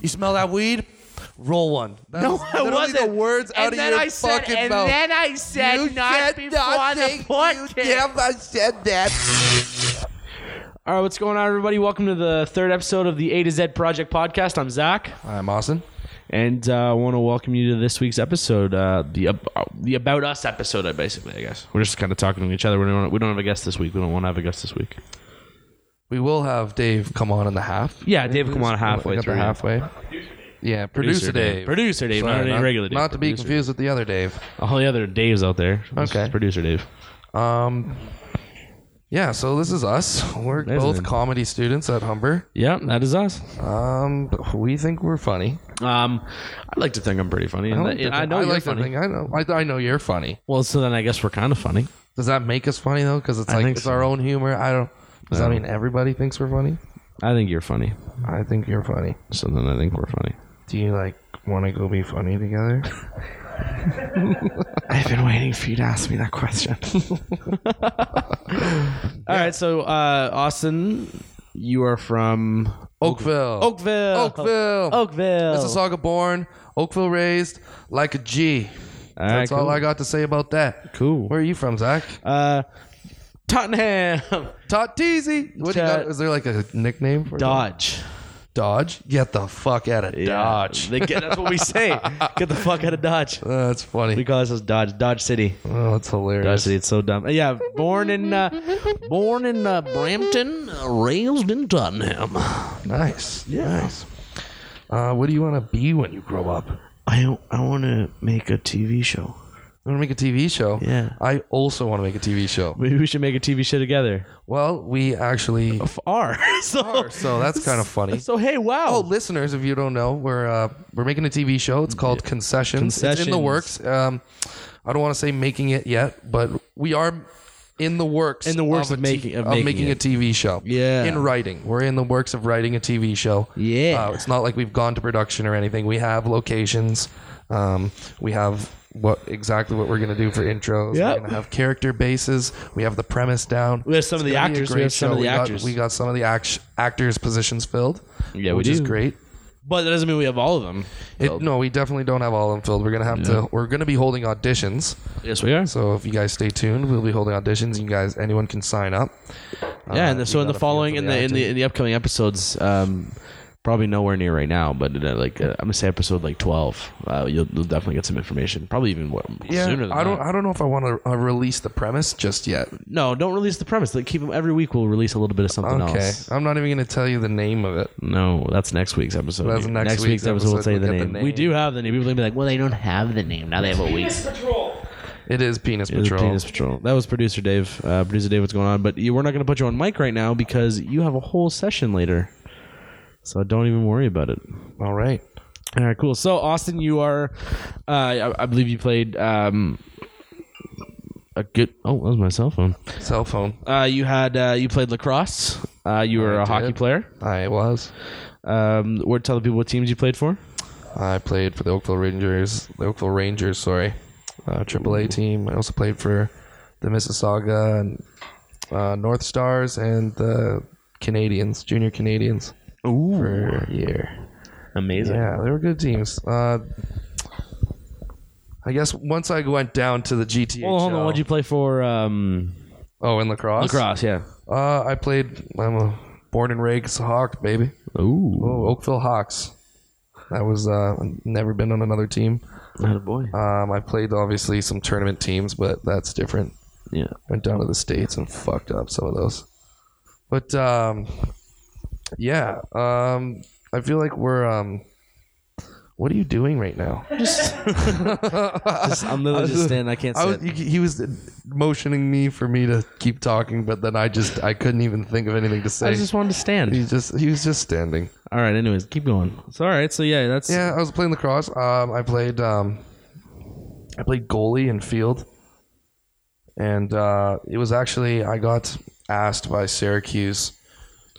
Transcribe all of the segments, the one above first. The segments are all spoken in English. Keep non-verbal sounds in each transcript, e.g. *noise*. You smell that weed? Roll one. That *laughs* No, was I literally wasn't. The words out And of then your I said- fucking and mouth. then I said you not said before nothing. *laughs* the podcast. You never said that. All right, what's going on, everybody? Welcome to the third episode of the A to Z Project podcast. I'm Zach, I'm Austin. and uh, I want to welcome you to this week's episode, uh, the ab- uh, the about us episode. I basically, I guess we're just kind of talking to each other. We don't we don't have a guest this week. We don't want to have a guest this week. We will have Dave come on in the half. Yeah, Dave, come on I halfway got the through. halfway. Yeah, producer, Dave. Producer Dave, Sorry, not, any regular Dave. Not to be Producer. confused with the other Dave. All the other Daves out there. This is Okay. Producer Dave. Um, yeah, so this is us. We're There's both an- comedy students at Humber. Yeah, that is us. Um, but we think we're funny. Um, I'd like to think I'm pretty funny. I I, don't think- I know I you're like to funny. think- I know. I, I know you're funny. Well, so then I guess we're kind of funny. Does that make us funny though? Because it's like think it's our own humor. I don't. Does that mean everybody thinks we're funny? I think you're funny. I think you're funny. So then I think we're funny. Do you like want to go be funny together? I've been waiting for you to ask me *laughs* that question. All right, so uh, Austin, you are from *laughs* Oakville. Oakville. Oakville. Oakville. Mississauga born, Oakville raised, like a G. All right, That's all cool. I got to say about that. Cool. Where are you from, Zach? Uh, Tottenham. Totteezy. What do you Tot- got? Is there like a nickname for it? Dodge. Dodge? Get the fuck out of Dodge. They get- that's what *laughs* we say. Get the fuck out of Dodge. That's We funny. call ourselves Dodge. Dodge City. Oh, that's Dodge hilarious. City. It's so dumb. Uh, Yeah, born in uh, born in uh, Brampton, uh, raised in Tottenham. Nice. Nice. Uh, what do you want to be when you grow up? You I I want to make a TV show. want to make a TV show? Yeah. I also want to make a TV show. Maybe we should make a TV show together. Well, we actually Are *laughs* so are, so that's kind of funny. so. Hey, wow. Oh, listeners, if you don't know, we're uh, we're making a TV show. It's called Concessions. It's in the Concessions. works. Um, I don't want to say making it yet, but we are in the works. In the works of a t- making- of of making making a it. TV show. Yeah. in writing, we're in the works of writing a TV show. Yeah. uh, it's not like we've gone to production or anything. We have locations. Um, we have what exactly what we're gonna do for intros. Yep. We're gonna have character bases. We have the premise down. We have some of the gonna be a actors. We great have some show. of the got- actors. we got some of the act- actors positions filled. Yeah, we which is do. great. but that doesn't mean we have all of them. It, no, we definitely don't have all of them filled. We're gonna have to. We're gonna be holding auditions. Yes, we are. So if you guys stay tuned, we'll be holding auditions. You guys, anyone can sign up. yeah, and we the, so in got a the few following, for in the the in the acting. in the upcoming episodes, um, probably nowhere near right now, but uh, like uh, I'm gonna say episode like 12. Uh, you'll, you'll definitely get some information. Probably even what, sooner than I don't. that. I don't know if I want to uh, release the premise just yet. No, don't release the premise. Like keep 'em- every week. We'll release a little bit of something Okay, else. I'm not even gonna tell you the name of it. No, that's next week's episode. That's next week's We'll episode, tell you we'll the get the name. We name. do have the name. People are gonna be like, well, they don't have the name now. They have a week. It is Penis It was Patrol. Penis Patrol. That was producer Dave. Uh, producer Dave, what's going on? But you, we're not going to put you on mic right now because you have a whole session later. So don't even worry about it. All right. All right, cool. So Austin, you are, uh, I, I believe you played um, a good. Oh, that was my cell phone. Cell phone. Uh, you had uh, you played lacrosse. Uh, you were a hockey did. player. I was. Um, where tell the people what teams you played for? I played for the Oakville Rangers. The Oakville Rangers. Sorry. Uh, AAA team. I also played for the Mississauga and uh, North Stars and the Canadians, Junior Canadians. Ooh, for a year. amazing. Yeah, they were good teams. Uh, I guess once I went down to the GTA. Well, hold on. What'd you play for? Um, Oh, in lacrosse. lacrosse. Yeah. Uh, I played. I'm a born and raised Hawk, baby. Ooh, Oh, Oakville Hawks. I was uh, never been on another team. not a boy. Um, I played obviously some tournament teams, but that's different. *laughs* Yeah. Went down to the states and fucked up some of those. But um, yeah, um, I feel like we're. Um, what are you doing right now? Just- I'm literally just standing. I can't sit. I was, he, he was motioning me for me to keep talking, but then I just I couldn't even think of anything to I say. just wanted to he stand. just he was just standing. All right. Anyways, keep going. So, all right. So yeah, that's Yeah, I was playing lacrosse. Um, I played um, I played goalie and field, and uh, it was actually I got asked by Syracuse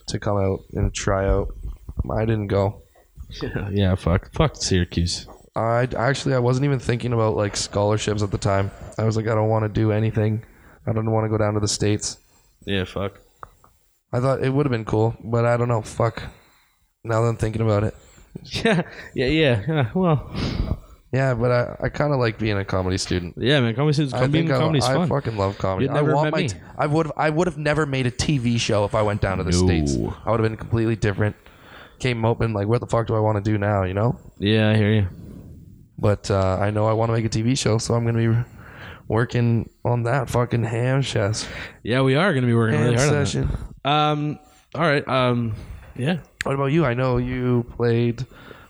to come out and try out. I didn't go. *laughs* yeah. Fuck. Fuck Syracuse. I actually I wasn't even thinking about like scholarships at the time. I was like, I don't want to do anything. I don't want to go down to the states. Yeah. Fuck. *laughs* I thought it would have been cool, but I don't know. Fuck. Now that I'm thinking about it, Yeah, yeah, yeah, yeah. Well, Yeah, but I, I kind of like being a comedy student. yeah, man. Comedy students, I being think in comedy's I, I fun. fucking love comedy. You'd never I met want my me. t- I would I would have never made a TV show if I went down to the No. states. I would have been completely different. Came open like, what the fuck do I want to do now? You know. yeah, I hear you. But uh, I know I want to make a TV show, so I'm gonna be working on that fucking ham chest Yeah, we are going to be working ham really hard session. on that. Um, all right. Um, yeah, What about you? I know you played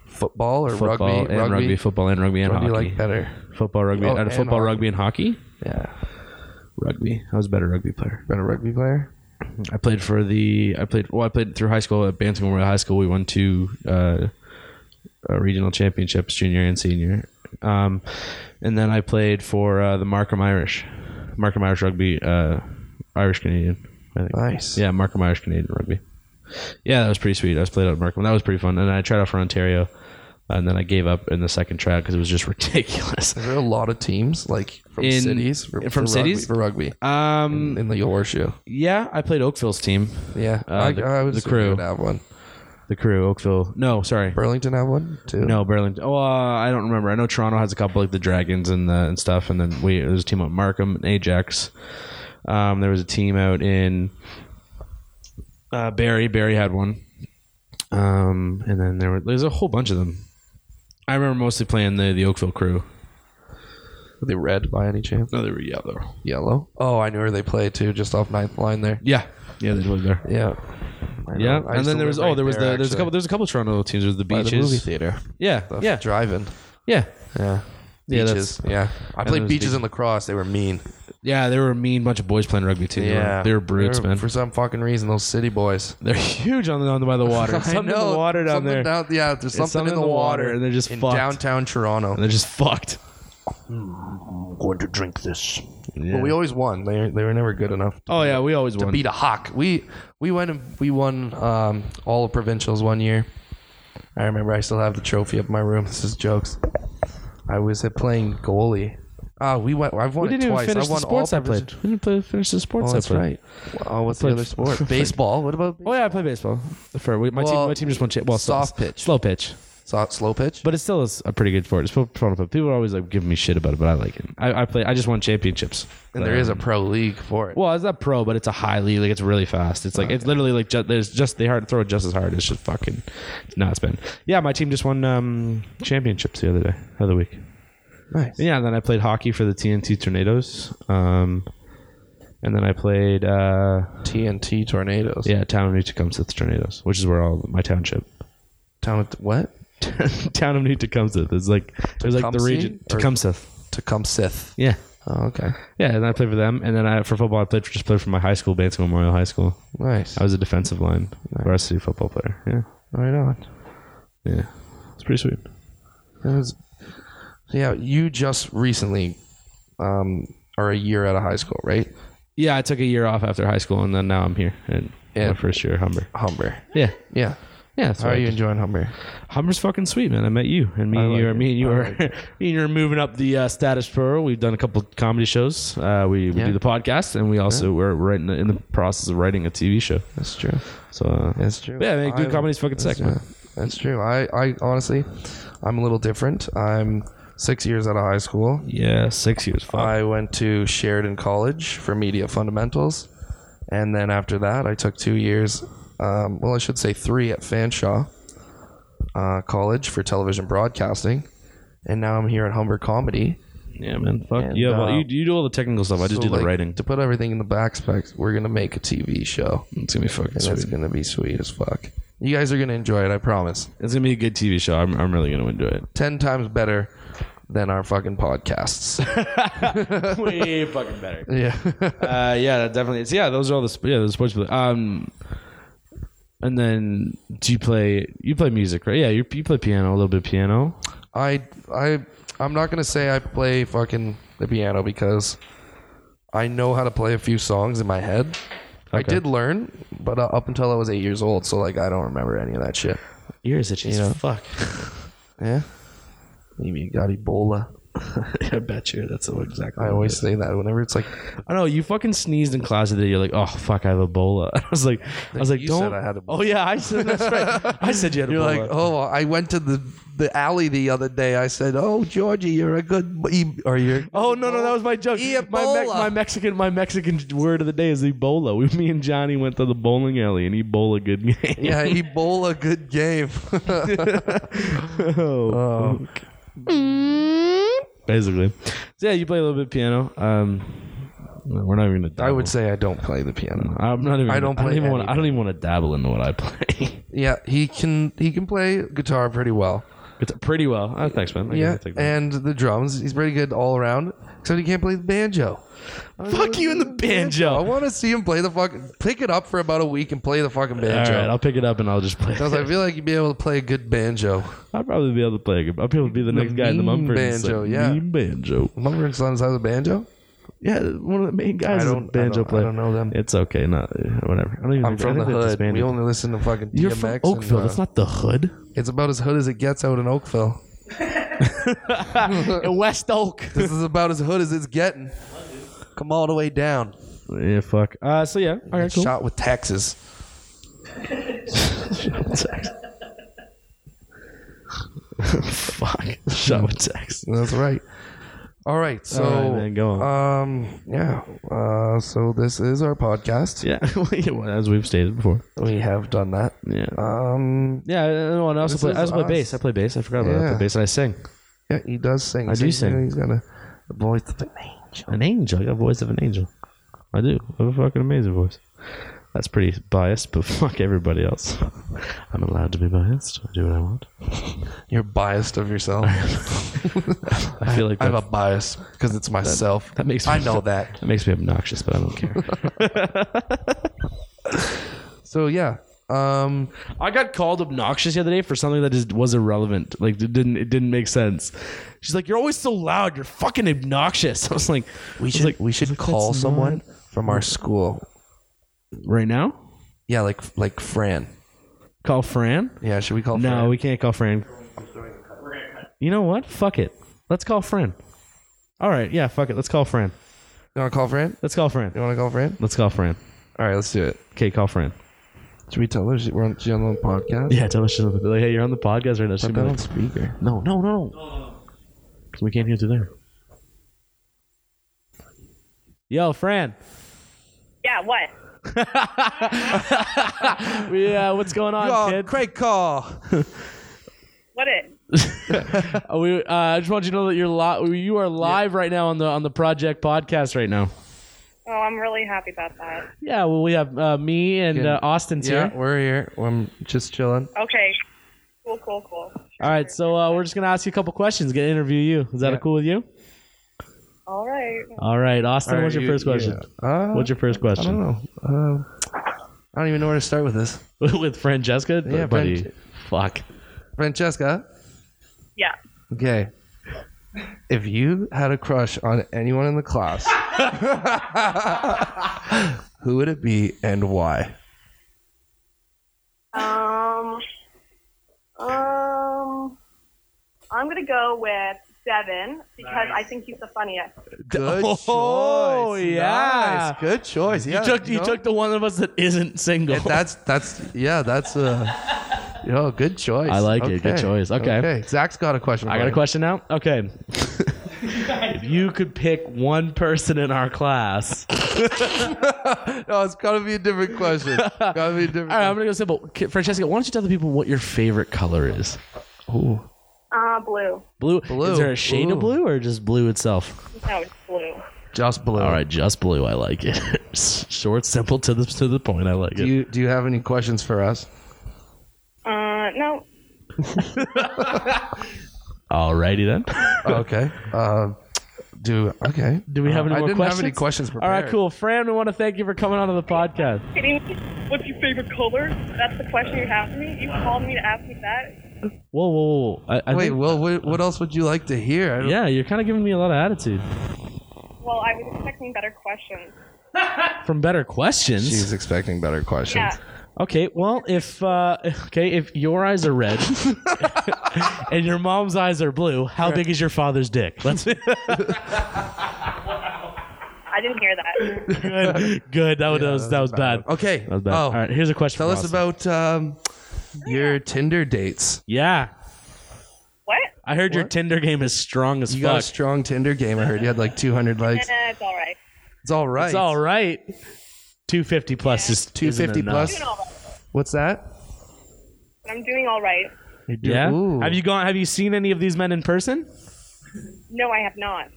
football or football rugby. and rugby. rugby. football and rugby and What do you hockey. like better? Football, rugby, Oh, uh, and football, hockey. rugby, and hockey. Yeah, Rugby. I was a better rugby player. better rugby player. I played for the. I played. Well, I played through high school at Banting Memorial High School. We won two uh, uh, regional championships, junior and senior. Um, and then I played for uh, the Markham Irish, Markham Irish rugby, uh, Irish Canadian. I think. Nice. Yeah, Markham Irish Canadian rugby. Yeah, that was pretty sweet. I was played out at Markham. That was pretty fun. And I tried out for Ontario, uh, and then I gave up in the second tryout because it was just *laughs* ridiculous. Is there a lot of teams like from In- cities for, from for cities? rugby, for rugby Um, in the horseshoe? yeah, I played Oakville's team, Yeah, Uh, I, the- I would the assume you crew. would have one. the crew, Oakville. No, sorry, Burlington have one too. No, Burlington. Oh, uh, I don't remember. I know Toronto has a couple like the Dragons and the, and stuff, and then we there's a team out in Markham and Ajax. Um, there was a team out in uh, Barry. Barry had one, um, and then there were there's a whole bunch of them. I remember mostly playing the the Oakville crew. Are they red by any chance? No, they were yellow. Yellow. Oh, I knew where they play too, just off ninth line there. Yeah, yeah, they played there. Yeah. I know. I Yeah, used and to then there live was right oh there was the, there's a actually, couple there's a couple Toronto teams. There's the by the movie beaches. theater. yeah, The yeah, driving. yeah, Yeah. Yeah, Beaches. Yeah. I there played was beaches beach- and lacrosse. They were mean. yeah. They were a mean bunch of boys playing rugby too. They were- Yeah. they were brutes, They were- man. For some fucking reason, those city boys. They're huge on the, on the by the *laughs* water. I Something in the know, water down something there. Down, yeah, there's something, something in the water, and they're just in fucked. downtown Toronto. and they're just fucked. going to drink this. But we always won. They they were never good enough to Oh yeah, we always won. beat a hawk. We we went and we won um, all of provincials one year. I remember I still have the trophy up in my room. This is jokes. I was at playing goalie. Ah, we went. I've won we didn't it even twice. finish I won the sports all I played. We didn't play, finish the sports Oh, that's I played. right. Oh, what's the Played- other *laughs* sport? Baseball. What about Oh yeah, I play baseball. For we, my Well, team, my team just won. Cha- well, soft slow- pitch. slow pitch, so- slow pitch? but it still is a pretty good sport. It's still fun, but people are always like giving me shit about it, but I like it. I, I play. I just won championships. and there is a pro league for it. Well, it's not pro, but it's a high league. Like it's really fast. It's like it's literally like just, there's just they hard throw it just as hard. It's just fucking it's nuts, man. Yeah, my team just won um, championships the other day, other week. nice. Yeah, and then I played hockey for the TNT Tornadoes. Um, and then I played, uh, TNT tornadoes. yeah, Town of New Tecumseth Tornadoes, which is where all my township. *laughs* Town with what? town of New Tecumseth is like, there's like the Tecumseh? region. Or- Tecumseth. Tecumseh. Yeah. Oh, okay. Yeah, and I played for them. And then I, for football, I played for, just played for my high school, Bantam Memorial High School. Nice. I was a defensive line, varsity football player. Yeah. Right on. Yeah. It's pretty sweet. That was, yeah, you just recently um, are a year out of high school, right? Yeah, I took a year off after high school, and then now I'm here. And Yeah. my first year at Humber. Humber. Yeah. Yeah. Yeah. that's How what are I you enjoying Humber? Humber's fucking sweet, man. I met you, and me and like you are it. me and you I are like *laughs* me and you are moving up the uh, status pro. We've done a couple comedy shows. Uh, we, we Yeah. do the podcast, and we also we're right in the, in the process of writing a TV show. That's true. So uh, That's true. yeah, man, dude, I- comedy's fucking sick, man. That's true. I, I honestly, I'm a little different. I'm six years out of high school. Yeah, six years. Fuck. I went to Sheridan College for media fundamentals. And then after that, I took two years, um, well, I should say three at Fanshawe uh, College for television broadcasting. And now I'm here at Humber Comedy. yeah, man. Fuck. And, you, have all, uh, you you do all the technical stuff. I just So, do the like, writing. To put everything in the back specs, we're gonna make a TV show. It's gonna be fucking And sweet. it's gonna be sweet as fuck. You guys are gonna enjoy it, I promise. It's gonna be a good TV show. I'm, I'm really gonna enjoy it. Ten times better than our fucking podcasts. *laughs* Way fucking better. yeah. uh, yeah, that definitely. Is. Yeah, those are all the sp- yeah the sports. Um, and then do you play you play music right? Yeah, you, you play piano a little bit of piano. I I I'm not gonna say I play fucking the piano because I know how to play a few songs in my head. I Okay. did learn, but uh, up until I was eight years old, so like I don't remember any of that shit. *laughs* Ears itchy as fuck. Yeah. Maybe you got Ebola. *laughs* I bet you that's exactly. I what it always is. say that whenever it's like I know you fucking sneezed in class today. You're like, oh fuck, I have Ebola. *laughs* I was like, I was like, You don't. said I had Ebola. Oh yeah, I said that's right. I said you had You're Ebola. like, oh, I went to the the alley the other day. I said, oh, Georgie, you're a good e- or you're Oh no no that was my joke. My, Ebola. Me- my Mexican my Mexican word of the day is Ebola. *laughs* We, me and Johnny went to the bowling alley and Ebola good game. yeah, *laughs* Ebola, good game. oh. Basically, so yeah, you play a little bit of piano. Um, no, we're not even. Gonna I dabble. would say I don't play the piano. I'm not even. I don't play even wanna, I don't even want to dabble into what I play. *laughs* Yeah, he can he can play guitar pretty well. it's pretty well. Oh, thanks, man. I Yeah, gotta take that. and the drums, he's pretty good all around. Except he can't play the banjo. Fuck you and the banjo. I want to see him play the fucking pick it up for about a week and play the fucking All banjo. *laughs* right, I'll pick it up and I'll just play. Because I feel like you'd be able to play a good banjo. *laughs* I'll probably be able to play. a good- I'll probably be the next guy in the mean Mumford and banjo, Son. yeah. mean banjo. Mumford and Sons has a banjo. Yeah, one of the main guys I is a don't- I banjo don't- I player. don't know them. It's okay, not whatever. I don't even. I'm think- I from the think they hood. disbanded. We only listen to fucking DMX. You're from and, Oakville. uh, That's not *laughs* the hood. It's about as hood as it gets out in Oakville. In West Oak. This is about as hood as it's getting. Come all the way down. yeah, fuck. Uh, so yeah, all right, cool. Shot with Texas. fuck. *laughs* Shot with text. That's right. All right. So, *laughs* All right, man, go um, yeah. Uh, so this is our podcast. Yeah, *laughs* well, yeah, well, as we've stated before. We have done that. Yeah. Um, yeah, no, and I also this play. is I also play us. bass. I play bass. I forgot about that. I Yeah. play bass and I sing. yeah, he does sing. I do sing. He's got a the voice of an angel. An angel. I got a voice of an angel. I do. I have a fucking amazing voice. That's pretty biased, but *laughs* fuck everybody else. *laughs* I'm allowed to be biased. I do what I want. You're biased of *laughs* yourself. I feel like I that, have a bias because it's myself. that makes me I know feel- that. that makes me obnoxious, but I don't care. So yeah. Um, I got called obnoxious the other day for something that just was irrelevant. Like it didn't it didn't make sense. She's like, "You're always so loud. You're fucking obnoxious." *laughs* I was like, I we was should like, we should call "That's someone from our school. right now." Yeah, like like Fran. Call Fran? Yeah, should we call? No, Fran? we can't call Fran. You know what? Fuck it. Let's call Fran. All right, yeah, fuck it. Let's call Fran. You want to call Fran? Let's call You Fran. want to call Fran? Let's call Fran. All right, let's do it. Okay, call Fran. Should we tell her she, we're on, she on the podcast? Yeah, tell her she's on the, like, hey, you're on the podcast right now. She Put might- that on speaker. No, no, no. Because we can't hear through there. Yo, Fran. Yeah, what? Yeah, what's going *laughs* on, kid? Craig call. What it? Uh, we, uh, I just want you to know that you're li- you are live right now on the on the project podcast right now. Oh, I'm really happy about that. Yeah, well, we have uh, me and uh, Austin's Yeah, here. we're here. I'm just chilling. Okay. Cool, cool, cool. All right, so uh, we're just gonna ask you a couple questions, gonna interview you. Is that Yeah. cool with you? All right. All right, Austin, All right, what's your you- first question? yeah. Uh, What's your first I don't question? know. Um I don't even know where to start with this. *laughs* With Francesca, Yeah, buddy. Fran- Fuck. Francesca. Yeah. Okay. If you had a crush on anyone in the *laughs* class, who would it be and why? Um. Um. I'm gonna go with Devin because I think he's the funniest. Good *laughs* Oh, choice. yeah. Nice. Good choice. Yeah. you took you know, took the one of us that isn't single. and Uh, that's that's yeah, that's uh you know, good choice. I like it. Good choice. Okay. Zach's got a question. *laughs* I for got a you. question now. Okay. if you could pick one person in our class, all *laughs* No, it's gotta be a different *laughs* question. gotta be a different right, I'm gonna go simple. K- Francesca, why don't you tell the people what your favorite color is? Ooh. Uh, blue. Blue. Blue. Is there a shade of Blue. blue or just blue itself? No, it's blue. Just below. All right, just blue. I like it. *laughs* Short, simple, to the to the point. I like Do it. you do you have any questions for *laughs* us? Uh, no. Alrighty then. okay. Um, do okay. Do we Uh, have any I more didn't questions? have any questions All prepared. right, cool. Fran, we want to thank you for coming onto the podcast. Kidding me? What's your favorite color? That's the question you have for me. You called me to ask me that. Whoa, whoa, whoa! I, I Wait, think- well, what, what else would you like to hear? I don't- yeah, you're kind of giving me a lot of attitude Well, I was expecting better questions. from better questions. She's expecting better questions. Yeah. Okay, well, if uh, *laughs* okay, if your eyes are *laughs* red and your mom's eyes are blue, how big is your father's dick? Let's I didn't hear that. good. Good. That was, that was, that was bad. Okay. That was bad. Oh, All right. Here's a question. tell for us about Austin. um, your Tinder dates. Yeah, What? I heard your What? Tinder game is strong as You got a fuck. strong Tinder game. I heard you had like 200 Nah, likes. it's all right. It's all right. It's all right. Two fifty plus is 250 isn't enough. plus. I'm doing all right. What's that? I'm doing all right. You're doing- Yeah. Ooh. Have you gone? Have you seen any of these men in person? No, I have not.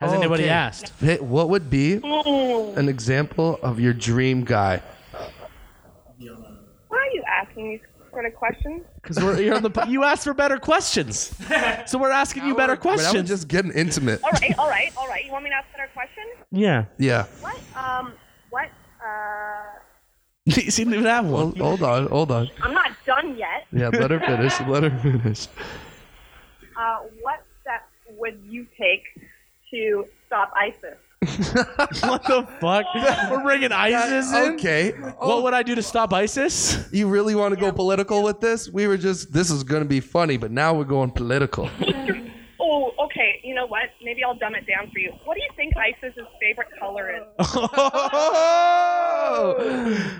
Has Oh, anybody okay. asked? Hey, what would be Ooh. an example of your dream guy? Why are you asking these sort of questions? Because we're you're on the po- you asked for better questions, so we're asking you better But I was questions. just getting intimate. All right, all right, all right. You want me to ask another question? yeah, *laughs* Yeah. What? Um, what? Uh, you seem to even have one. Hold, hold on. Hold on. I'm not done yet. Yeah. Let her finish. Let her finish. Uh, what steps would you take to stop ISIS? what the fuck? We're bringing ISIS in. Okay. Oh. What would I do to stop ISIS? You really want to go political with this? We were just. This is going to be funny, but now we're going political. Oh, okay. You know what? Maybe I'll dumb it down for you. What do you think ISIS's favorite color is?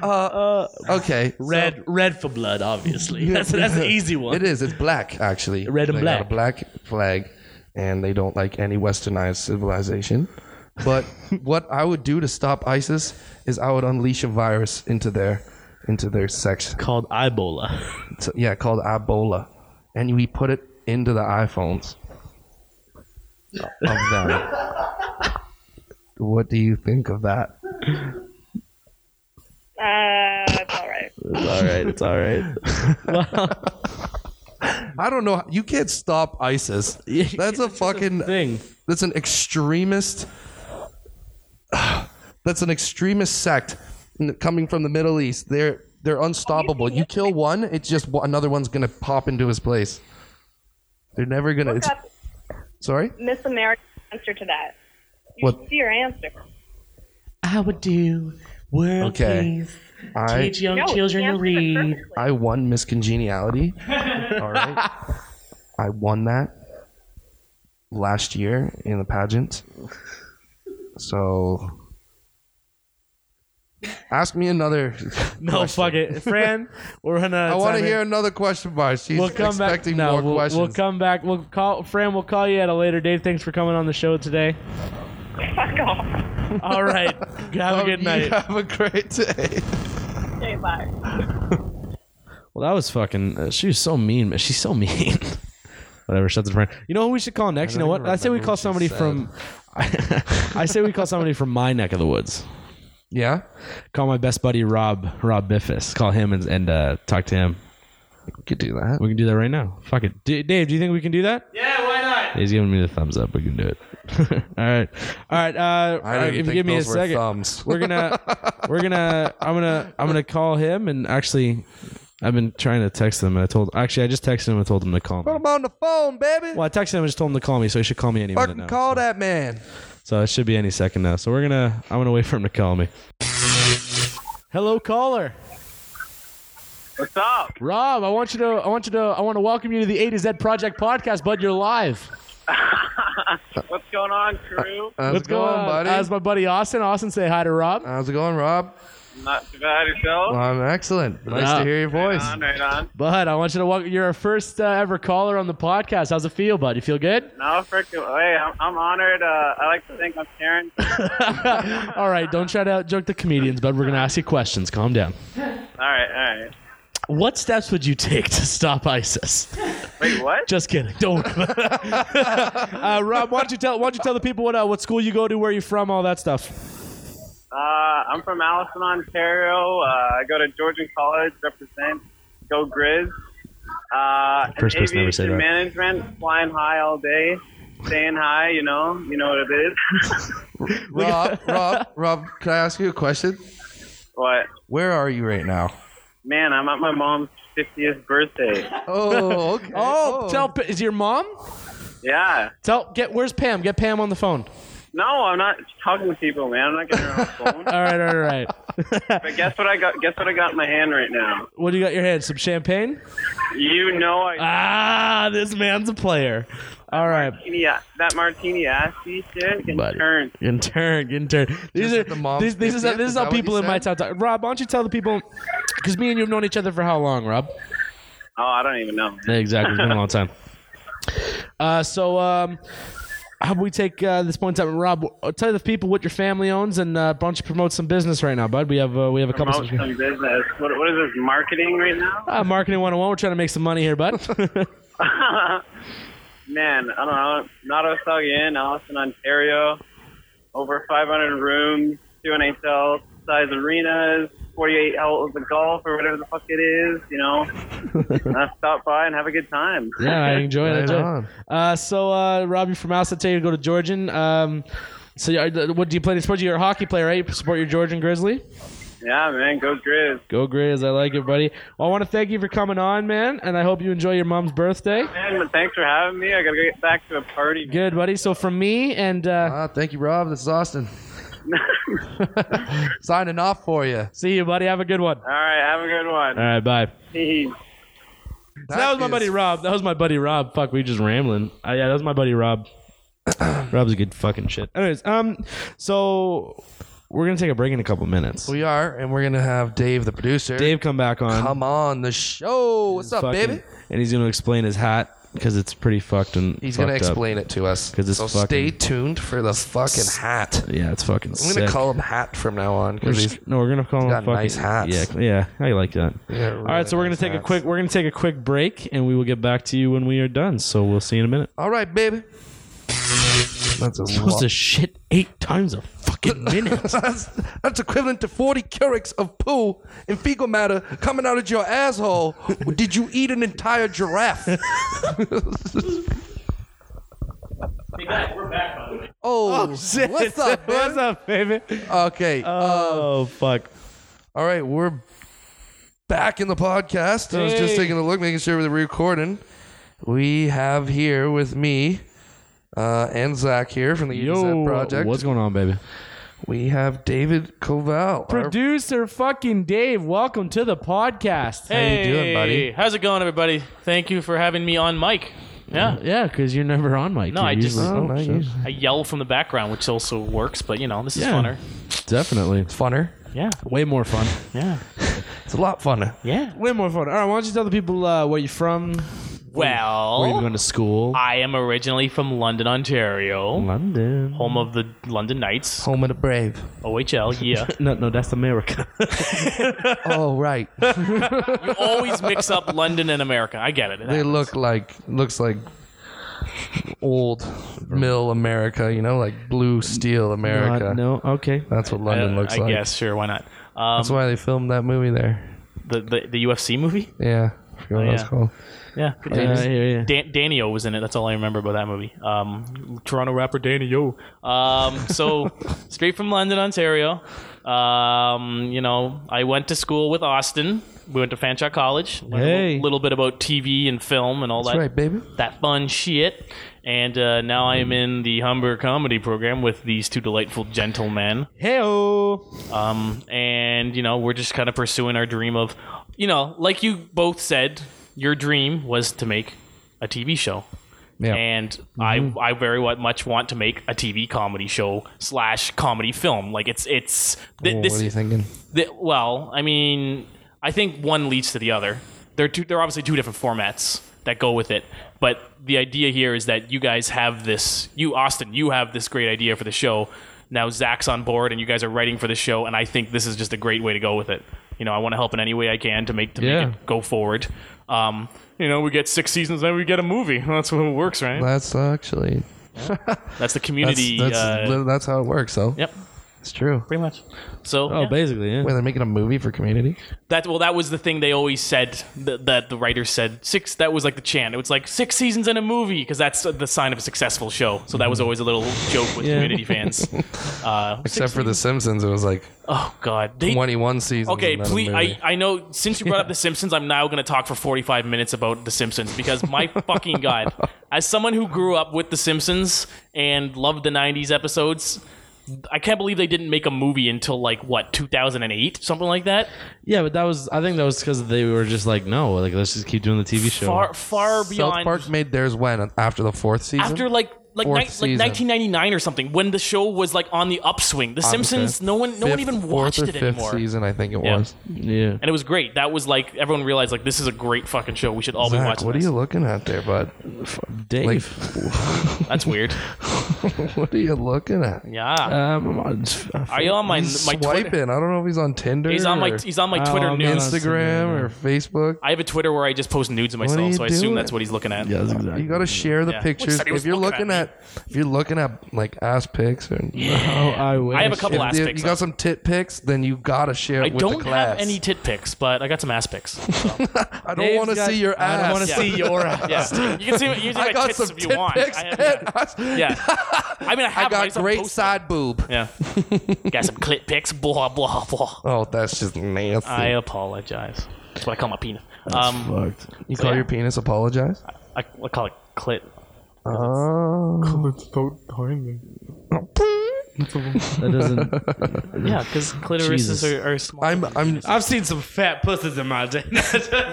Oh. Uh, okay. so- Red, red for blood, obviously. Yeah. That's that's an easy one. It is. It's black, actually. Red and They got a black flag, and they don't like any westernized civilization. *laughs* But what I would do to stop ISIS is I would unleash a virus into their into their sex. Called Ebola. so- yeah, called Ebola, and we put it into the iPhones of them. *laughs* what do you think of that? Uh, it's all right. all right. It's all *laughs* right. I don't know. You can't stop ISIS. That's a fucking Thing. *laughs* that's an extremist *sighs* that's an extremist sect n- coming from the middle east they're they're unstoppable you kill one it's just one- another one's gonna pop into his place they're never gonna it's, That's sorry Miss America's answer to that. You What? see your answer. I would do world Okay. peace, i young No, she answered it perfectly. i won miss congeniality all right i won that last year in the pageant so ask me another No, fuck it, *laughs* Fran. We're gonna. Oh, I want to hear another question, Bar. She's We'll come back. expecting No, more we'll, questions. we'll come back. We'll call Fran. We'll call you at a later date. Thanks for coming on the *laughs* show today. Fuck off. All right. Have a Oh, good you night. Have a great day. Okay, bye. Well, that was fucking. Uh, she was so mean, man. She's so mean. *laughs* Whatever. Shut the friend. You know who we should call next? You know what? even I say we remember call what somebody she said. from. *laughs* I say we call somebody from my neck of the woods. Yeah. Call my best buddy Rob Rob Biffus. Call him and, and uh, talk to him. We could do that. We can do that right now. Fuck it, D- Dave. Do you think we can do that? Yeah, why not? He's giving me the thumbs up. We can do it. *laughs* all right, all right. Uh, I don't if even you think give me a those were second, thumbs. we're gonna *laughs* we're gonna i'm gonna i'm gonna call him and actually i've been trying to text him and i told actually i just texted him and told him to call Put me him on the phone, baby. well i texted him and just told him to call me so he should call me any minute Fucking now call that man. so it should be any second now so we're gonna i'm gonna wait for him to call me Hello, caller. What's up? Rob, I want you to. I want you to. I want to welcome you to the A to Z Project podcast, bud. You're live. What's going on, crew? How's it going, buddy? How's my buddy Austin? Austin, say hi to Rob. How's it going, Rob? Not too Oh. bad Well, yourself? I'm excellent. Nice Yeah. to hear your Right voice. on, right on. Bud, I want you to walk. You're our first uh, ever caller on the podcast. How's it feel, bud? You feel good? No, freaking way. I'm, I'm honored. Uh, I like to thank my parents. All All right, don't try to outjoke the comedians, bud. We're gonna ask you questions. Calm down. right, all right. What steps would you take to stop ISIS? Wait, what? Just kidding. Don't. *laughs* uh, Rob, why don't you tell why don't you tell the people what uh, what school you go to, where you're from, all that stuff. Uh, I'm from Allison, Ontario. Uh, I go to Georgian College, represent Go Grizz. Uh, First and person to ever say aviation that. management, flying high all day, staying high, you know, you know what it is. Rob, *laughs* Rob, Rob, can I ask you a question? but, Where are you right *laughs* now? man, I'm at my mom's 50th birthday. Oh, okay. Oh, tell is your mom? Yeah. Tell get where's Pam? Get Pam on the phone. No, I'm not talking to people, man. I'm not getting on the phone. All right, all right, all right. But guess what I got? Guess what I got in my hand right now? what do you got in your hand? Some champagne? You know I Ah, this man's a player. All right. martini, that martini assy shit can Buddy. turn. In turn, in turn. These Just are what the moms these, these is how, did? this is Is how that what people you in my town said? talk. Rob, why don't you tell the people? Because me and you have known each other for how long, Rob? Oh, I don't even know. Exactly, it's been a long time. Uh, so, um, how about we take uh, this point in time, Rob? I'll tell the people what your family owns, and uh, why don't you promote some business right now, bud? We have uh, we have a couple. Promote some business. What, what is this marketing right now? *laughs* Uh, marketing 101. We're trying to make some money here, *laughs* bud. Man, I don't know. Not Osage Inn, Allison, Ontario. Over 500 rooms, two NHL size arenas, 48 holes of golf or whatever the fuck it is, *laughs* you know. uh, stop by and have a good time. yeah, I enjoy it. I Right enjoy it. on. Uh, so, uh, Rob, you're from Alsa. Tell you to go to Georgian. Um, so, you- what do you play any sports? You're a hockey player, right? You support your Georgian Grizzly. Yeah, man, go Grizz. Go Grizz. I like it, buddy. Well, I want to thank you for coming on, man, and I hope you enjoy your mom's birthday. Man, but thanks for having me. I gotta go get back to a party. *laughs* Good, buddy. So, from me and. Uh, Ah, thank you, Rob. This is Austin. Signing off for you. See you, buddy. Have a good one. All right, have a good one. All right, bye. Peace. That, that was my is- buddy Rob. That was my buddy Rob. Fuck, we just rambling. Uh, yeah, that was my *coughs* buddy Rob. Rob's a good fucking shit. Anyways, um, so we're gonna take a break in a couple minutes. We are, and we're gonna have Dave, the producer, Dave, come back on. come on the show. What's up, Fucking- baby? And he's gonna explain his hat because it's pretty fucked and He's gonna fucked up. explain it to us. 'Cause it's so fucking- stay tuned for the fucking hat. Yeah, it's fucking I'm sick. gonna call him Hat from now on We're because he's just- no, we're gonna call him got fucking nice hats. Yeah, yeah, I like that. all All right, so we're gonna take a quick we're gonna take a quick break and we will get back to you when we are done. So we'll see you in a minute. All right, baby. That's *laughs* a Supposed lot. to shit eight times a *laughs* fucking minute. that's, that's equivalent to 40 curics of poo and fecal matter coming out of your asshole. *laughs* Did you eat an entire *laughs* giraffe? Oh, what's *laughs* up, What's man? up, baby? Okay. Oh fuck. All right, we're back in the podcast. I was just Hey. taking a look, making sure we're recording. We have here with me uh, and Zach here from the Yo, Yo, Project. what's going on, baby? We have David Koval. our- Producer fucking Dave, welcome to the podcast. Hey. you doing, buddy? Hey, How's it going, everybody? Thank you for having me on mic. Yeah, Yeah, because you're never on mic. No, You're I just- usually- Oh, nice. shit. I yell from the background, which also works, but you know, this is Yeah. funner. Definitely. funner. Yeah, way more fun. yeah, It's a lot funner. yeah. Way more fun. All right, why don't you tell the people uh, where you're from? Where you've Well, gone to school? I am originally from London, Ontario, London. home of the London Knights, Home of the brave. OHL. *laughs* Yeah, No, no, that's America. Oh, right. you always mix up London and America. I get it. they look like looks like old mill America. You know, like blue steel America. no, okay. That's what I, London looks Uh, I like. guess sure. Why not? Um, That's why they filmed that movie there. the, the the UFC movie. Yeah. I forget what Oh, that's yeah. called. Yeah, good Uh, times. yeah, yeah. Dan- Danny O was in it. That's all I remember about that movie. Um, Toronto rapper Danny O. Um, so straight from London, Ontario. Um, you know, I went to school with Austin. We went to Fanshawe College. Learned a Hey. little, little bit about TV and film and all That's that right, baby. that fun shit. And uh, now I am in the Humber comedy program with these two delightful gentlemen. Heyo. Um, and you know, we're just kind of pursuing our dream of, you know, like you both said, your dream was to make a TV show. Yeah. And I, I very wa- much want to make a TV comedy show slash comedy film. Like it's, it's th- Well, this. what are you thinking? th- well, I mean, I think one leads to the other. They're two. They're obviously two different formats that go with it. But the idea here is that you guys have this. You, Austin, you have this great idea for the show. Now Zach's on board, and you guys are writing for the show. And I think this is just a great way to go with it. You know, I want to help in any way I can to make to Yeah. make it go forward. Um, you know, we get six seasons, then we get a movie. That's what works, right? That's actually That's the that's community. that's, uh, that's how it works. So yep. It's true. pretty much. So Oh, yeah. basically, yeah. Wait, they're making a movie for Community. that well, that was the thing they always said that, that the writers said six. That was like the chant. It was like six seasons in a movie because that's the sign of a successful show. So that Mm-hmm. was always a little joke with *laughs* Community fans. Uh, Except for The Simpsons, it was like oh God, they, 21 seasons. Okay, and then a please. movie. I, I know since you brought up The Simpsons, I'm now going to talk for 45 minutes about The Simpsons because *laughs* my fucking god, as someone who grew up with The Simpsons and loved the 90s episodes, I can't believe they didn't make a movie until like what 2008, something like that. Yeah, but that was I think that was because they were just like, no, like let's just keep doing the TV show. Far far South beyond Park made theirs when after the fourth season. after like. Like, ni- Fourth like season. 1999 or something when the show was like on the upswing the simpsons no one no one Fifth- even fourth watched or it fifth anymore Season, I think it Yeah. was. yeah. and it was great that was like everyone realized like this is a great fucking show we should all be Zach, watching what are this. you looking at there, *laughs* bud? Dave, Like, *laughs* that's weird what are you looking at? yeah um, I'm on- Are you on my He's my swiping. Twitter? I don't know if he's on Tinder. He's on my or he's on my Twitter I'm news. on- Instagram or Facebook. I have a Twitter where I just post nudes of are myself, you so I assume doing? that's what he's looking at. yeah, that's exactly. You got to share the Yeah. Looks pictures. like he was If you're looking looking at at, if you're looking at like ass pics or Oh, I, wish. I have a couple if ass the- pics. you got some tit pics, then you got to share it I with don't the have class. any tit pics, but I got some ass pics. *laughs* *laughs* So, I don't want to see your ass. I don't want to *laughs* Yeah. see your ass. yeah, you can see, you can see I my got tits some if you tit want. pics. I have, *laughs* yeah. yeah, I mean I I have. got like, some great post- side boob. *laughs* Yeah, got some clit pics. Blah blah blah. Oh, that's just nasty. I apologize. That's what I call my penis. Um, Fucked. you call yeah. your penis apologize? I, I call it clit. Oh. That *laughs* doesn't. Yeah, *laughs* because clitorises Jesus. are, are *laughs* small. I'm Oh, I'm I've seen some fat pussies in *laughs* my day.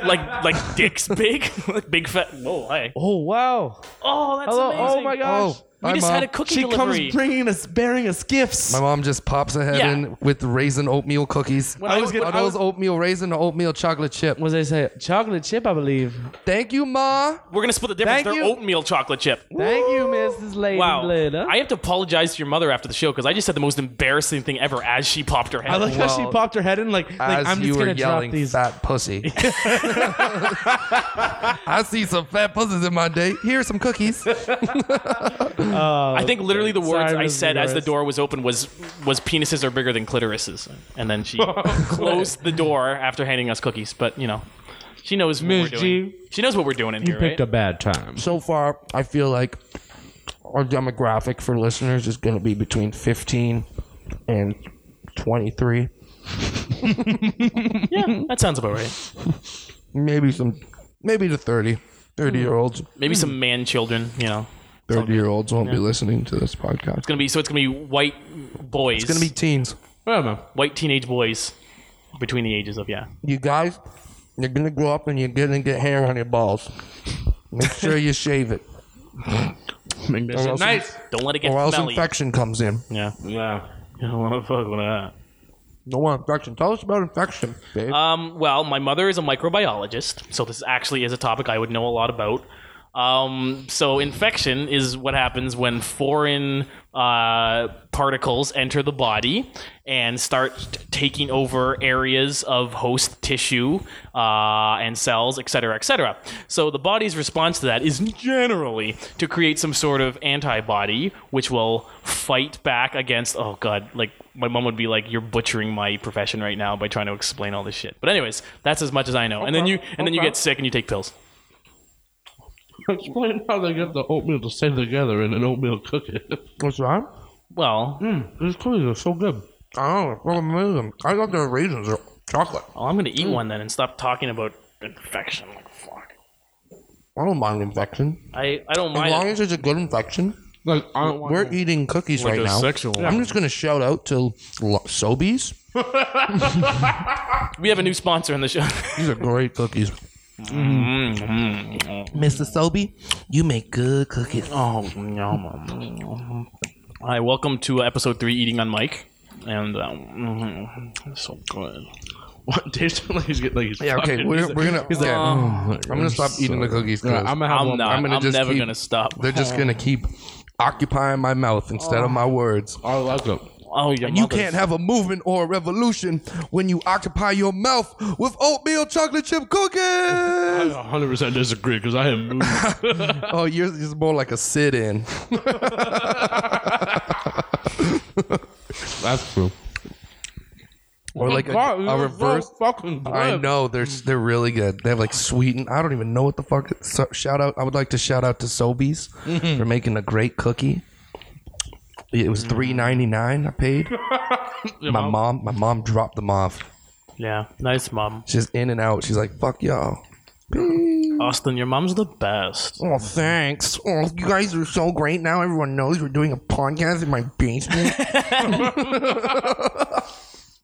like like dicks big, *laughs* like big fat. Whoa, hey. oh wow! Oh, that's Hello. amazing. Oh my oh. gosh! We hi, just Mom. had a cookie She delivery. comes bringing us, bearing us gifts. My mom just pops ahead Yeah. in with raisin oatmeal cookies. When I was Are getting- those oatmeal raisin or oatmeal chocolate chip? what did I say? Chocolate chip, I believe. Thank you, ma. We're gonna split the difference. Thank They're you. oatmeal chocolate chip. Thank you, Mrs. Lady Wow. Glitter. I have to apologize to your mother after the show because I just said the most embarrassing thing ever as she popped her head. I like how she Well, popped her head in, like, like As I'm you just were gonna yelling, drop these. fat *laughs* pussy. I see some fat pussies in my day. Here are some cookies. I think literally the words Sorry, I Mrs. said as the Doris. door was open was was penises are bigger than clitorises, and then she closed the door after handing us cookies. But you know, she knows what we're Miss doing. G, She knows what we're doing in here, right? bad time. so far, I feel like our demographic for listeners is going to be between 15 and 23. Yeah, that sounds about right. Maybe some, maybe to 30. 30 year olds, Maybe some man children. You know, 30 year olds won't be listening to this podcast. it's gonna be so it's gonna be white boys. It's going to be teens. Well, man. white teenage boys between the ages of yeah. You guys, you're going to grow up and you're going to get hair on your balls. Make sure you shave it. Or else, Nice. Don't let it get or else smelly. infection comes in. yeah. Yeah. I don't want to fuck with that. No more infection. Tell us about infection, babe. Uh, Um, well, my mother is a microbiologist, so this actually is a topic I would know a lot about. Um, so infection is what happens when foreign uh, particles enter the body and start t- taking over areas of host tissue uh, and cells, et cetera, et cetera. So the body's response to that is generally to create some sort of antibody, which will fight back against. Oh God, like my mom would be like, "You're butchering my profession right now by trying to explain all this shit." But anyways, that's as much as I know. And then you and then you get sick and you take pills. Explain how they get the oatmeal to stay together in an oatmeal cookie. What's that? Well, These cookies are so good. Oh, well, amazing. I thought the raisins are chocolate. oh, I'm gonna eat one then and stop talking about infection. Like fuck, I don't mind infection. I I don't As long mind. as it's a good infection. Like I don't want. We're eating cookies right now. sexual one. I'm just going to shout out to Lo- Sobeys. We have a new sponsor on the show. *laughs* These are great cookies. Mm-hmm. Mr. Sobey, you make good cookies. oh no! Hi, welcome to episode three, eating on Mike. And um, mm, so good. *laughs* What tastes like he's getting like he's Yeah, okay, fucking- we're, we're going to. I'm going to stop eating the cookies. 'cause Oh, I'm gonna have I'm one. not. I'm I'm, gonna just never keep- gonna stop. they're just going to keep occupying my mouth instead of my words. I like it. Oh, your You mother's- can't have a movement or a revolution when you occupy your mouth with oatmeal chocolate chip I cookies. 100 percent disagree because *laughs* I am. *laughs* oh, yours is more like a sit in. That's true. or like a, a reverse. fucking I know they're they're really good. They have like sweeten. I don't even know what the fuck. it- So, shout out! I would like to shout out to Sobeys for making a great cookie. It was three ninety nine. I paid. my mom. my mom dropped them off. Yeah, nice mom. She's in and out. She's like, "Fuck y'all." Austin, your mom's the best. Oh, thanks. Oh, you guys are so great now. Everyone knows we're doing a podcast in my *laughs* basement.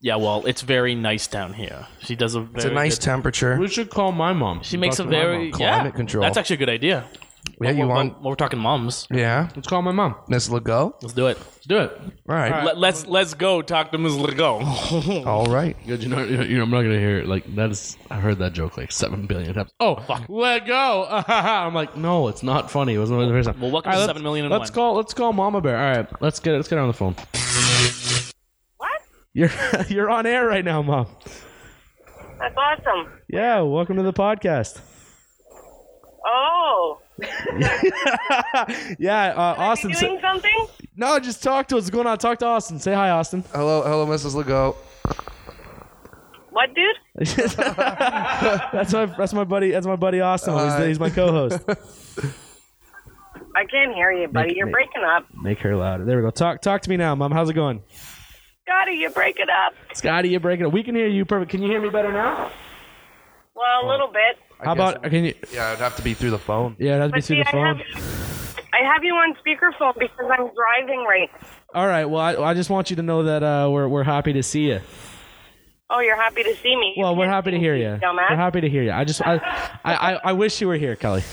Yeah, well, it's very nice down here. She does a very It's a nice good, temperature. We should call my mom. She makes a Let's call my very mom. Climate yeah, control. That's actually a good idea. Yeah, you Well, want? well, we're talking moms. Yeah, Let's call my mom. Miss Lego. Let's do it. Let's do it. All right, Let, let's let's go talk to Ms. Lego. all right. Good, you know, you know, I'm not gonna hear it. Like that is, I heard that joke like seven billion times. Oh fuck, let go. *laughs* I'm like, no, it's not funny. It wasn't the first time. Well, welcome All to let's- 7 million and Let's one. call. Let's call Mama Bear. All right, let's get let's get on the phone. *laughs* What? You're you're on air right now, Mom. That's awesome. Yeah, welcome to the podcast. Oh, yeah, uh, Austin. you say- doing something? no, just talk to us. What's going on? Talk to Austin. Say hi, *laughs* Austin. Hello, hello, Mrs. Lego. What, dude? That's my that's my buddy. That's my buddy Austin. He's- Hi. he's my co-host. I can't hear you, buddy. You're me- breaking up. *laughs* Make her louder. There we go. Talk talk to me now, Mom. How's it going? Scotty, you're breaking up. Scotty, you're breaking up. We can hear you perfect. Can you hear me better now? Oh. Well, a little bit. How about can you? Yeah, it'd have to be through the phone. Yeah, that'd be But through see, the I phone. have, I have you on speakerphone because I'm driving right. All right. Well, I, I just want you to know that uh, we're we're happy to see you. Oh, you're happy to see me. You Well, we're can't happy to see hear me, you. Dumbass. We're happy to hear you. I just I I, I, I wish you were here, Kelly.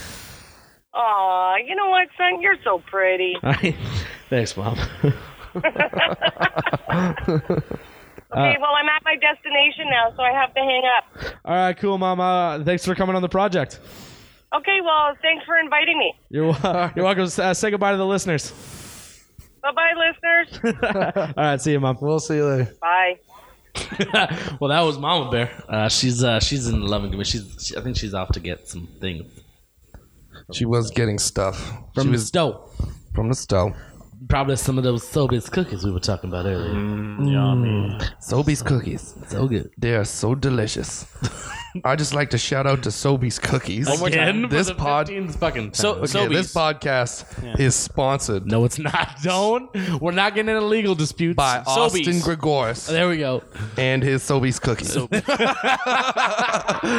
*laughs* Aw, you know what, son? You're so pretty. All right. Thanks, mom. Uh, okay, well, I'm at my destination now, so I have to hang up. All right, cool, mom. Uh, thanks for coming on the project. Okay, well, thanks for inviting me. You're *laughs* wel- you're welcome. Uh, say goodbye to the listeners. Bye bye, *laughs* listeners. All right, see you, mom. We'll see you later. bye. Well, that was Mama Bear. Uh, she's uh, she's in the loving mood. She's she, I think she's off to get some things She was getting stuff from she the was stove. from the stove. Probably some of those Sobeys cookies we were talking about earlier. Mm-hmm. Sobeys cookies. So good. They are so delicious. *laughs* I just like to shout out to Sobeys cookies. One more time. This pod Fucking So, so okay, Sobeys. this podcast is sponsored no, it's not. *laughs* Don't. We're not getting into legal disputes. by Sobeys. Austin *laughs* Gregoris There we go. and his Sobeys cookies. *laughs*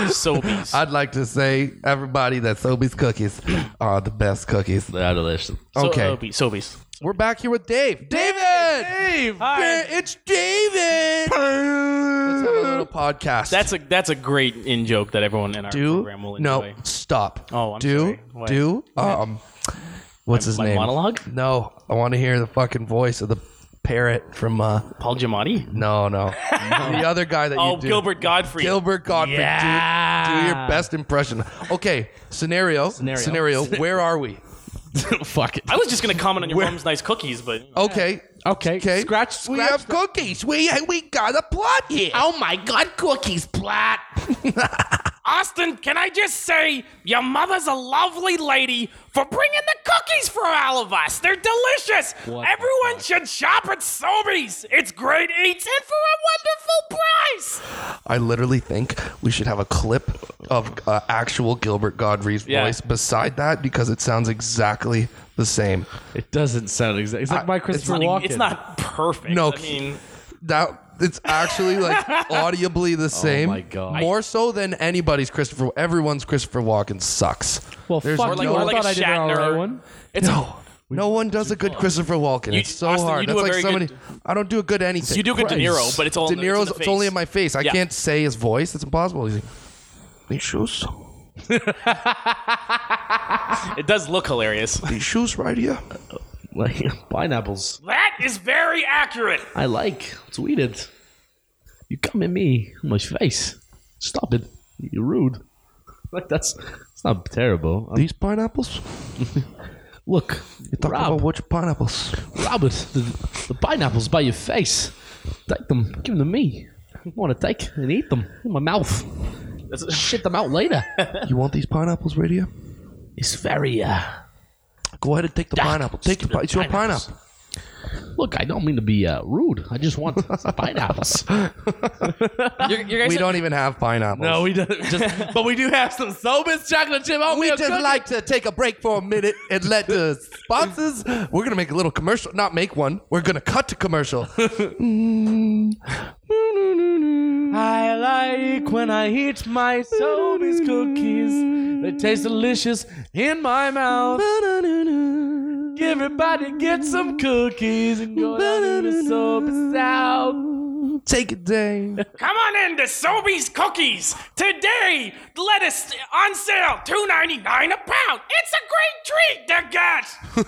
Sobeys. I'd like to say everybody that Sobeys cookies are the best cookies. They are delicious. Okay. Sobeys. Sobeys. We're back here with Dave. David! Dave! Hi. It's David! Let's have a little podcast. That's a that's a great in joke that everyone in our do program will no enjoy. stop. Oh, I'm do sorry. What? *laughs* do um, what's his my name? monologue? No, I want to hear the fucking voice of the parrot from uh. Paul Giamatti. No, no, *laughs* the other guy that Oh, you do. Gilbert Godfrey. Gilbert Godfrey. do- Do, your best impression. Okay, scenario, scenario, *laughs* Where are we? Fuck it. I was just gonna comment on your mom's nice cookies, but Okay, Okay. okay. Scratch. We scratch have cookies. We we got a plot here. Oh my God, cookies plat. Austin, can I just say your mother's a lovely lady for bringing the cookies for all of us. They're delicious. Everyone should shop at Sobeys. It's great eats and for a wonderful price. *laughs* I literally think we should have a clip of uh, actual Gilbert Godfrey's Yeah. voice beside that because it sounds exactly the same. It doesn't sound exact. It's like I- my it's Christopher not Walken. It's not perfect. No, I mean, that it's actually *laughs* like audibly Oh the same. my God. More so than anybody's Christopher. Everyone's Christopher Walken sucks. Well, There's fuck more like- you. or I like thought a I did an Shatner. alright one. it's No. No one does a good Christopher Walken. it's so Austin, hard. you do That's a like very so many. good- I don't do a good anything. you do get De Niro, but it's all De in the- it's in Niro. the It's only face. in my face. I Yeah. can't say his voice. It's impossible. He's like, these shoes, It does look hilarious. these shoes right here. *laughs* Like pineapples. That is very accurate. I like. It's weeded. You come at me on my face. Stop it. You're rude. Like that's. It's not terrible. Um, These pineapples. look, You talking Rob. about which pineapples? Robert, the, the pineapples by your face. Take them. Give them to me. I want to take and eat them in my mouth. Shit them out *laughs* later. You want these pineapples right here? It's very. Uh, Go ahead and take the pineapple. Take your, pi- it's your pineapples. pineapple. Look, I don't mean to be uh, rude. I just want some pineapples. You're, you guys We are- don't even have pineapples. No, we don't. Just, *laughs* but we do have some Sobis chocolate chip oatmeal. We just cookies. like to take a break for a minute and let the sponsors. We're gonna make a little commercial. Not make one. We're gonna cut to *laughs* commercial. I like when I eat my Sobeys cookies. They taste delicious in my mouth. Everybody get some cookies and go down to the Sobeys South. Take a day. Come on in to Sobey's Cookies today. Lettuce on sale, two ninety nine a pound. It's a great treat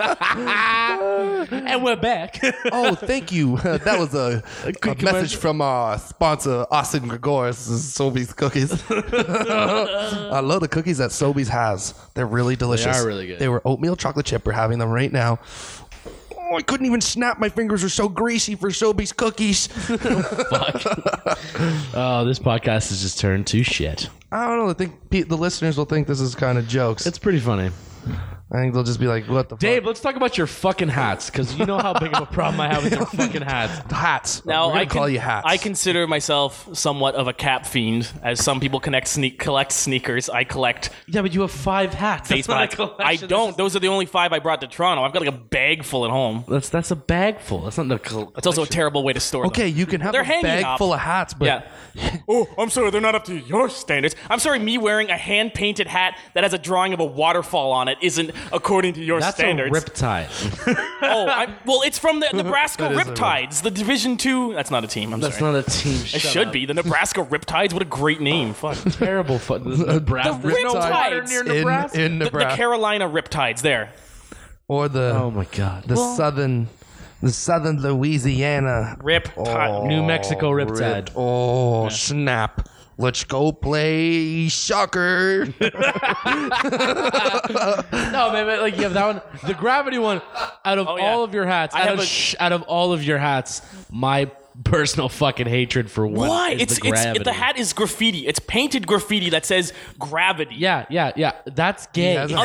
to get. *laughs* And we're back. Oh, thank you. *laughs* that was a, a quick message commercial. from our sponsor, Austin Gregoris, Sobeys *laughs* Cookies. I love the cookies that Sobeys has. They're really delicious. are really good. They were oatmeal chocolate chip. We're having them right now. Oh, I couldn't even snap. My fingers were so greasy for Sobeys cookies. *laughs* oh, this podcast has just turned to shit. I don't know. I think pe- the listeners will think this is kind of jokes. It's pretty funny. I think they'll just be like, "What the Dave, let's talk about your fucking hats because you know how big of a problem I have with your fucking hats. fuck? hats?" Now We're gonna I can, call you hats. I consider myself somewhat of a cap fiend, as some people connect sneak collect sneakers. I collect Yeah, but you have five hats. baseball. hats. I don't. Those are the only five I brought to Toronto. I've got like a bag full at home. That's that's a bag full. That's not a. Col- It's also a terrible way to store. them. Okay, you can have They're a hanging bag up. full of hats, but *laughs* yeah. oh, I'm sorry, they're not up to your standards. I'm sorry, me wearing a hand painted hat that has a drawing of a waterfall on it isn't according to your that's standards. a riptide. *laughs* oh, I, well, *laughs* it's from the Nebraska That is a rip- Riptides, the Division Two. That's not a team. I'm That's sorry. not a team. it should be the Nebraska Riptides. What a *laughs* great name! Fuck. terrible. Fu- Nebraska. There's no Riptides water near in, in The, the Nebraska Carolina Riptides. There. or the Oh my god. the southern the southern Louisiana Rip. Oh, New Mexico Riptide. rip- Oh snap! Let's go play soccer. No, man, but like you have that one, the gravity one. Out of Oh, yeah. all of your hats, I out have of, a- sh- out of all of your hats, my personal fucking hatred for one. Why? is It's the it's gravity. the hat is graffiti. It's painted graffiti that says gravity. Yeah, yeah, yeah. That's gay. has a-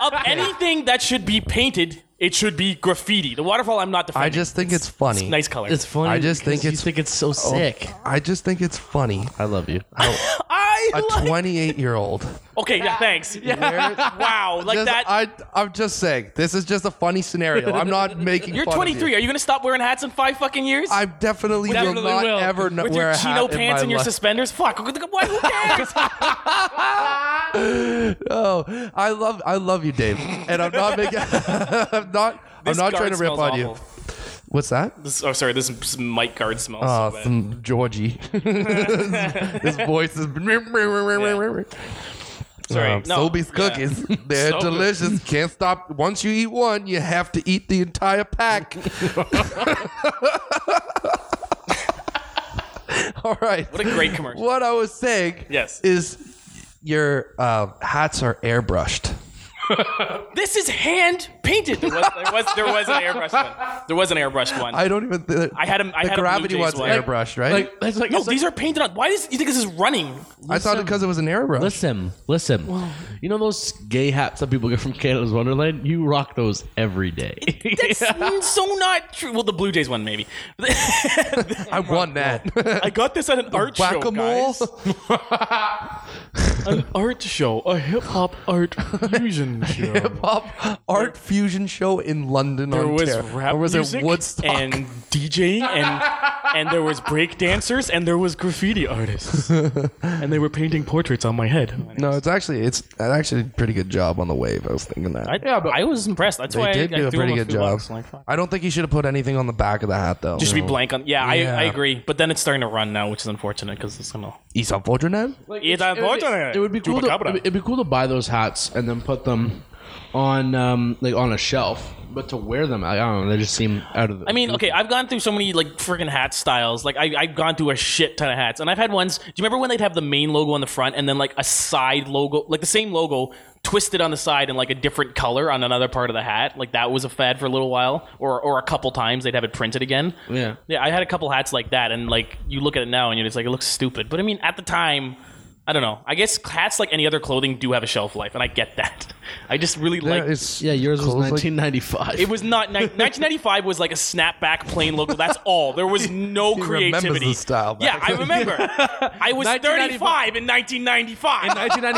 *laughs* of anything that should be painted, it should be graffiti. The waterfall, I'm not I defending. just think it's funny. nice color. it's funny. I just because think you it's- oh, think it's so sick. I just think it's funny. I *laughs* love you. I A like- 28 year old. okay. Yeah, thanks. *laughs* Wow, *laughs* like Just- that. I, I'm just saying. This is just a funny scenario. I'm *laughs* not making. you're fun of you. 23. Are you gonna stop wearing hats in five fucking years? I definitely, will Definitely not will. ever n- with wear your a chino hat in pants my and your life. suspenders. Fuck. Why? Who cares? *laughs* Oh, I love I love you, Dave. And I'm not making *laughs* I'm not This I'm not trying guard to rip smells on you. awful. What's that? This, oh, sorry. This, this mic guard smells. Uh, so bad. some Georgie. *laughs* His voice is Sorry. Um, no. Sobeys yeah. *laughs* cookies. They're So- delicious. Can't stop. Once you eat one, you have to eat the entire *laughs* pack. *laughs* All right. What a great commercial. *laughs* What I was saying Yes. is your uh, hats are airbrushed. This is hand painted. There was, there was there was an airbrushed one. There was an airbrushed one. I don't even. Th- I had a- I the had a Blue gravity Jays one's one. airbrushed, right? *laughs* Like, it's like, no, it's like- these are painted on. Why does you think this is *laughs* running? I thought because it was an airbrush. Listen, listen. You know those gay hats that people get from Canada's Wonderland? You rock those every day. That's so not true. Well, the Blue Jays one maybe. *laughs* I won that. *laughs* I got this at an art show, guys. An art show, a hip hop *laughs* art fusion show. hip *laughs* hop art fusion show in London. There was Ontario. rap or was music it Woodstock? and DJing, and and there was break dancers, and there was graffiti *laughs* artists, and they were painting portraits on my head. no, it's actually it's an actually pretty good job on the wave. I was thinking that. I, yeah, but I was impressed. That's why they did I, do I a threw him pretty a good few job. bucks. I'm like, fuck. I don't think you should have put anything on the back of the hat though. Just be blank on. Yeah, Yeah. I, I agree. But then it's starting to run now, which is unfortunate because it's gonna. He's unfortunate. it's unfortunate. It would be cool. To, eh, Chupacabra. it'd be cool to buy those hats and then put them on um like on a shelf, but to wear them, I don't know. They just seem out of. The, I mean, okay, I've gone through so many like freaking hat styles. Like I, I've gone through a shit ton of hats, and I've had ones. Do you remember when they'd have the main logo on the front and then like a side logo, like the same logo twisted on the side and like a different color on another part of the hat? Like that was a fad for a little while, or or a couple times they'd have it printed again. Yeah. yeah. I had a couple hats like that, and like you look at it now and you're just like, it looks stupid. But I mean, at the time. I don't know. I guess hats, like any other clothing, do have a shelf life, and I get that. *laughs* I just really Yeah, like. it's Yeah, yours was clothes, like- 1995. *laughs* It was not ni- *laughs* 1995 was like a snapback plain logo. That's all. *laughs* There was no remembers creativity. the style back yeah, I then. remember. I *laughs* was 1995. 35 in 1995. In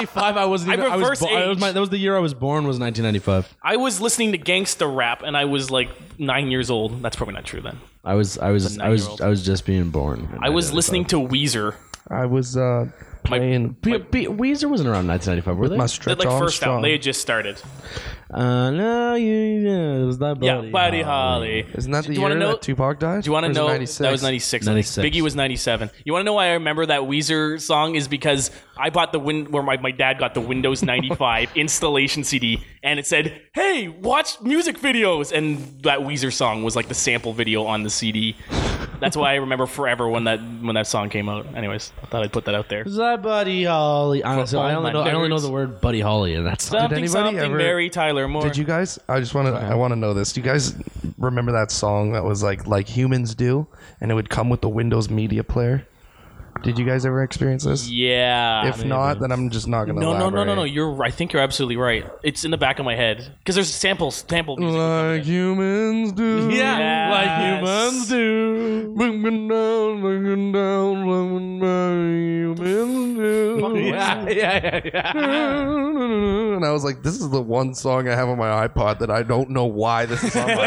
1995, I wasn't. I Even, I was. reverse Bo- I was aged. my, that was the year I was born. Was 1995. I was listening to gangster rap, and I was like nine years old. That's probably not true then. I was. I was. I was. nine-year-old. I was just being born. in I was 1995. listening to Weezer. I was uh, playing Be- be- Weezer wasn't around 1995, were they? my That stretch like first Armstrong. album. They had just started. uh, no, you, yeah, it was that Yeah, Buddy Buddy Holly. Holly. Isn't that Do the you year wanna know- that Tupac died? Do you want Or to is it know 96? that was 96. 96. Biggie was 97. You want to know why I remember that Weezer song is because I bought the win where my, my dad got the *laughs* Windows 95 installation CD and it said, "Hey, watch music videos." And that Weezer song was like the sample video on the CD. That's why I remember forever when that when that song came out. Anyways, I thought I'd put that out there. Was that Buddy Holly? Honestly, I all only my know. I only know nerds. the word Buddy Holly, and that's Something anybody something ever- Mary Tyler Moore. Did you guys? I just want to. I want to know this. Do you guys remember that song that was like like humans do, and it would come with the Windows Media Player? Did you guys ever experience this? yeah. if not, then I'm just not gonna. no, no, no, no, no. elaborate. You're. I think you're absolutely right. It's in the back of my head because there's sample sample music. Like humans do. Yes. do. Looking down, looking down, looking down, humans do. *laughs* Yeah, yeah, yeah, yeah. And I was like, this is the one song I have on my iPod that I don't know why this is on my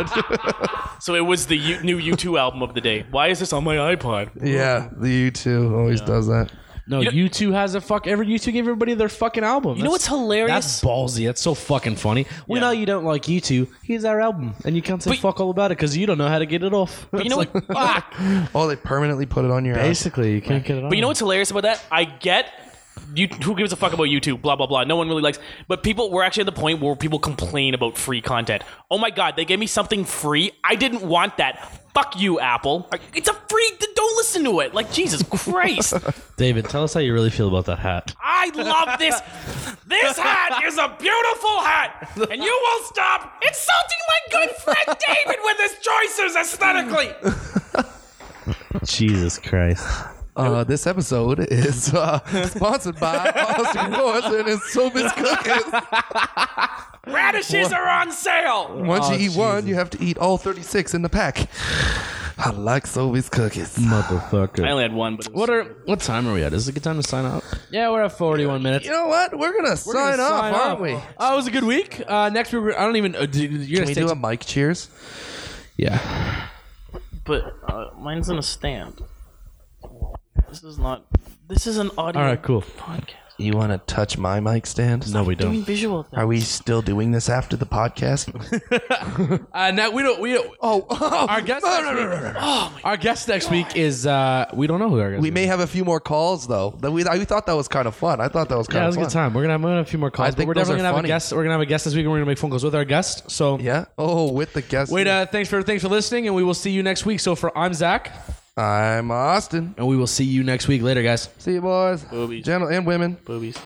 *laughs* iPod. So it was the U- new *laughs* U2 album of the day. Why is this on my iPod? yeah, the U2 always does that. No, U two has a fuck. Every U two gave everybody their fucking album. You know what's hilarious? That's ballsy. That's so fucking funny. We Yeah. know you don't like U2. Here's our album, and you can't say But- fuck all about it because you don't know how to get it *laughs* off. but you know what? Fuck. Oh, they permanently put it on your. ass. Basically, you can't get it off. But you know what's hilarious about that? I get you, who gives a fuck about YouTube, blah blah blah. No one really likes. But people, we're actually at the point where people complain about free content. Oh my god, they gave me something free. I didn't want that. Fuck you, Apple. It's a free. Don't listen to it. Like Jesus *laughs* Christ, David, tell us how you really feel about that hat. I love this. This hat is a beautiful hat, and you will stop insulting my good friend David with his choices aesthetically. Jesus Christ. Uh, this episode is uh, *laughs* sponsored by Austin *laughs* Course and his Sobeys Cookies. Radishes are on sale. Once Oh, you eat one, you have to eat all 36 in the pack. I like Sobeys Cookies. Mm. I Motherfucker. only had one, but it was What are what time are we at? Is it a good time to sign up? Yeah, we're at forty one minutes. You know what? We're going to sign off, aren't we? Oh, it was a good week. Uh, next week, we're, I don't even. Uh, do, you're Can gonna we stay do a mic cheers? yeah. but uh, mine's in a stand. This is not. This is an audio All right, cool. podcast. You want to touch my mic stand? No, we don't. Visual. Are we still doing this after the *laughs* podcast? Uh, now we don't. We don't. Oh, Our *laughs* guest. next week, Oh our guest next week is. Uh, we don't know who our guest. we is. may have a few more calls though. That we I we thought that was kind of fun. I thought that was kind Yeah, it of was a fun. good time. We're gonna have, we're gonna have a few more calls, but think we're those definitely are gonna have funny. a guest. We're gonna have a guest this week, and we're gonna make phone calls with our guest. So Yeah. Oh, with the guest. wait, uh, thanks for thanks for listening, and we will see you next week. So for I'm Zach, I'm Austin. and we will see you next week. Later, guys. See you, boys, Boobies. gentle and women. Boobies.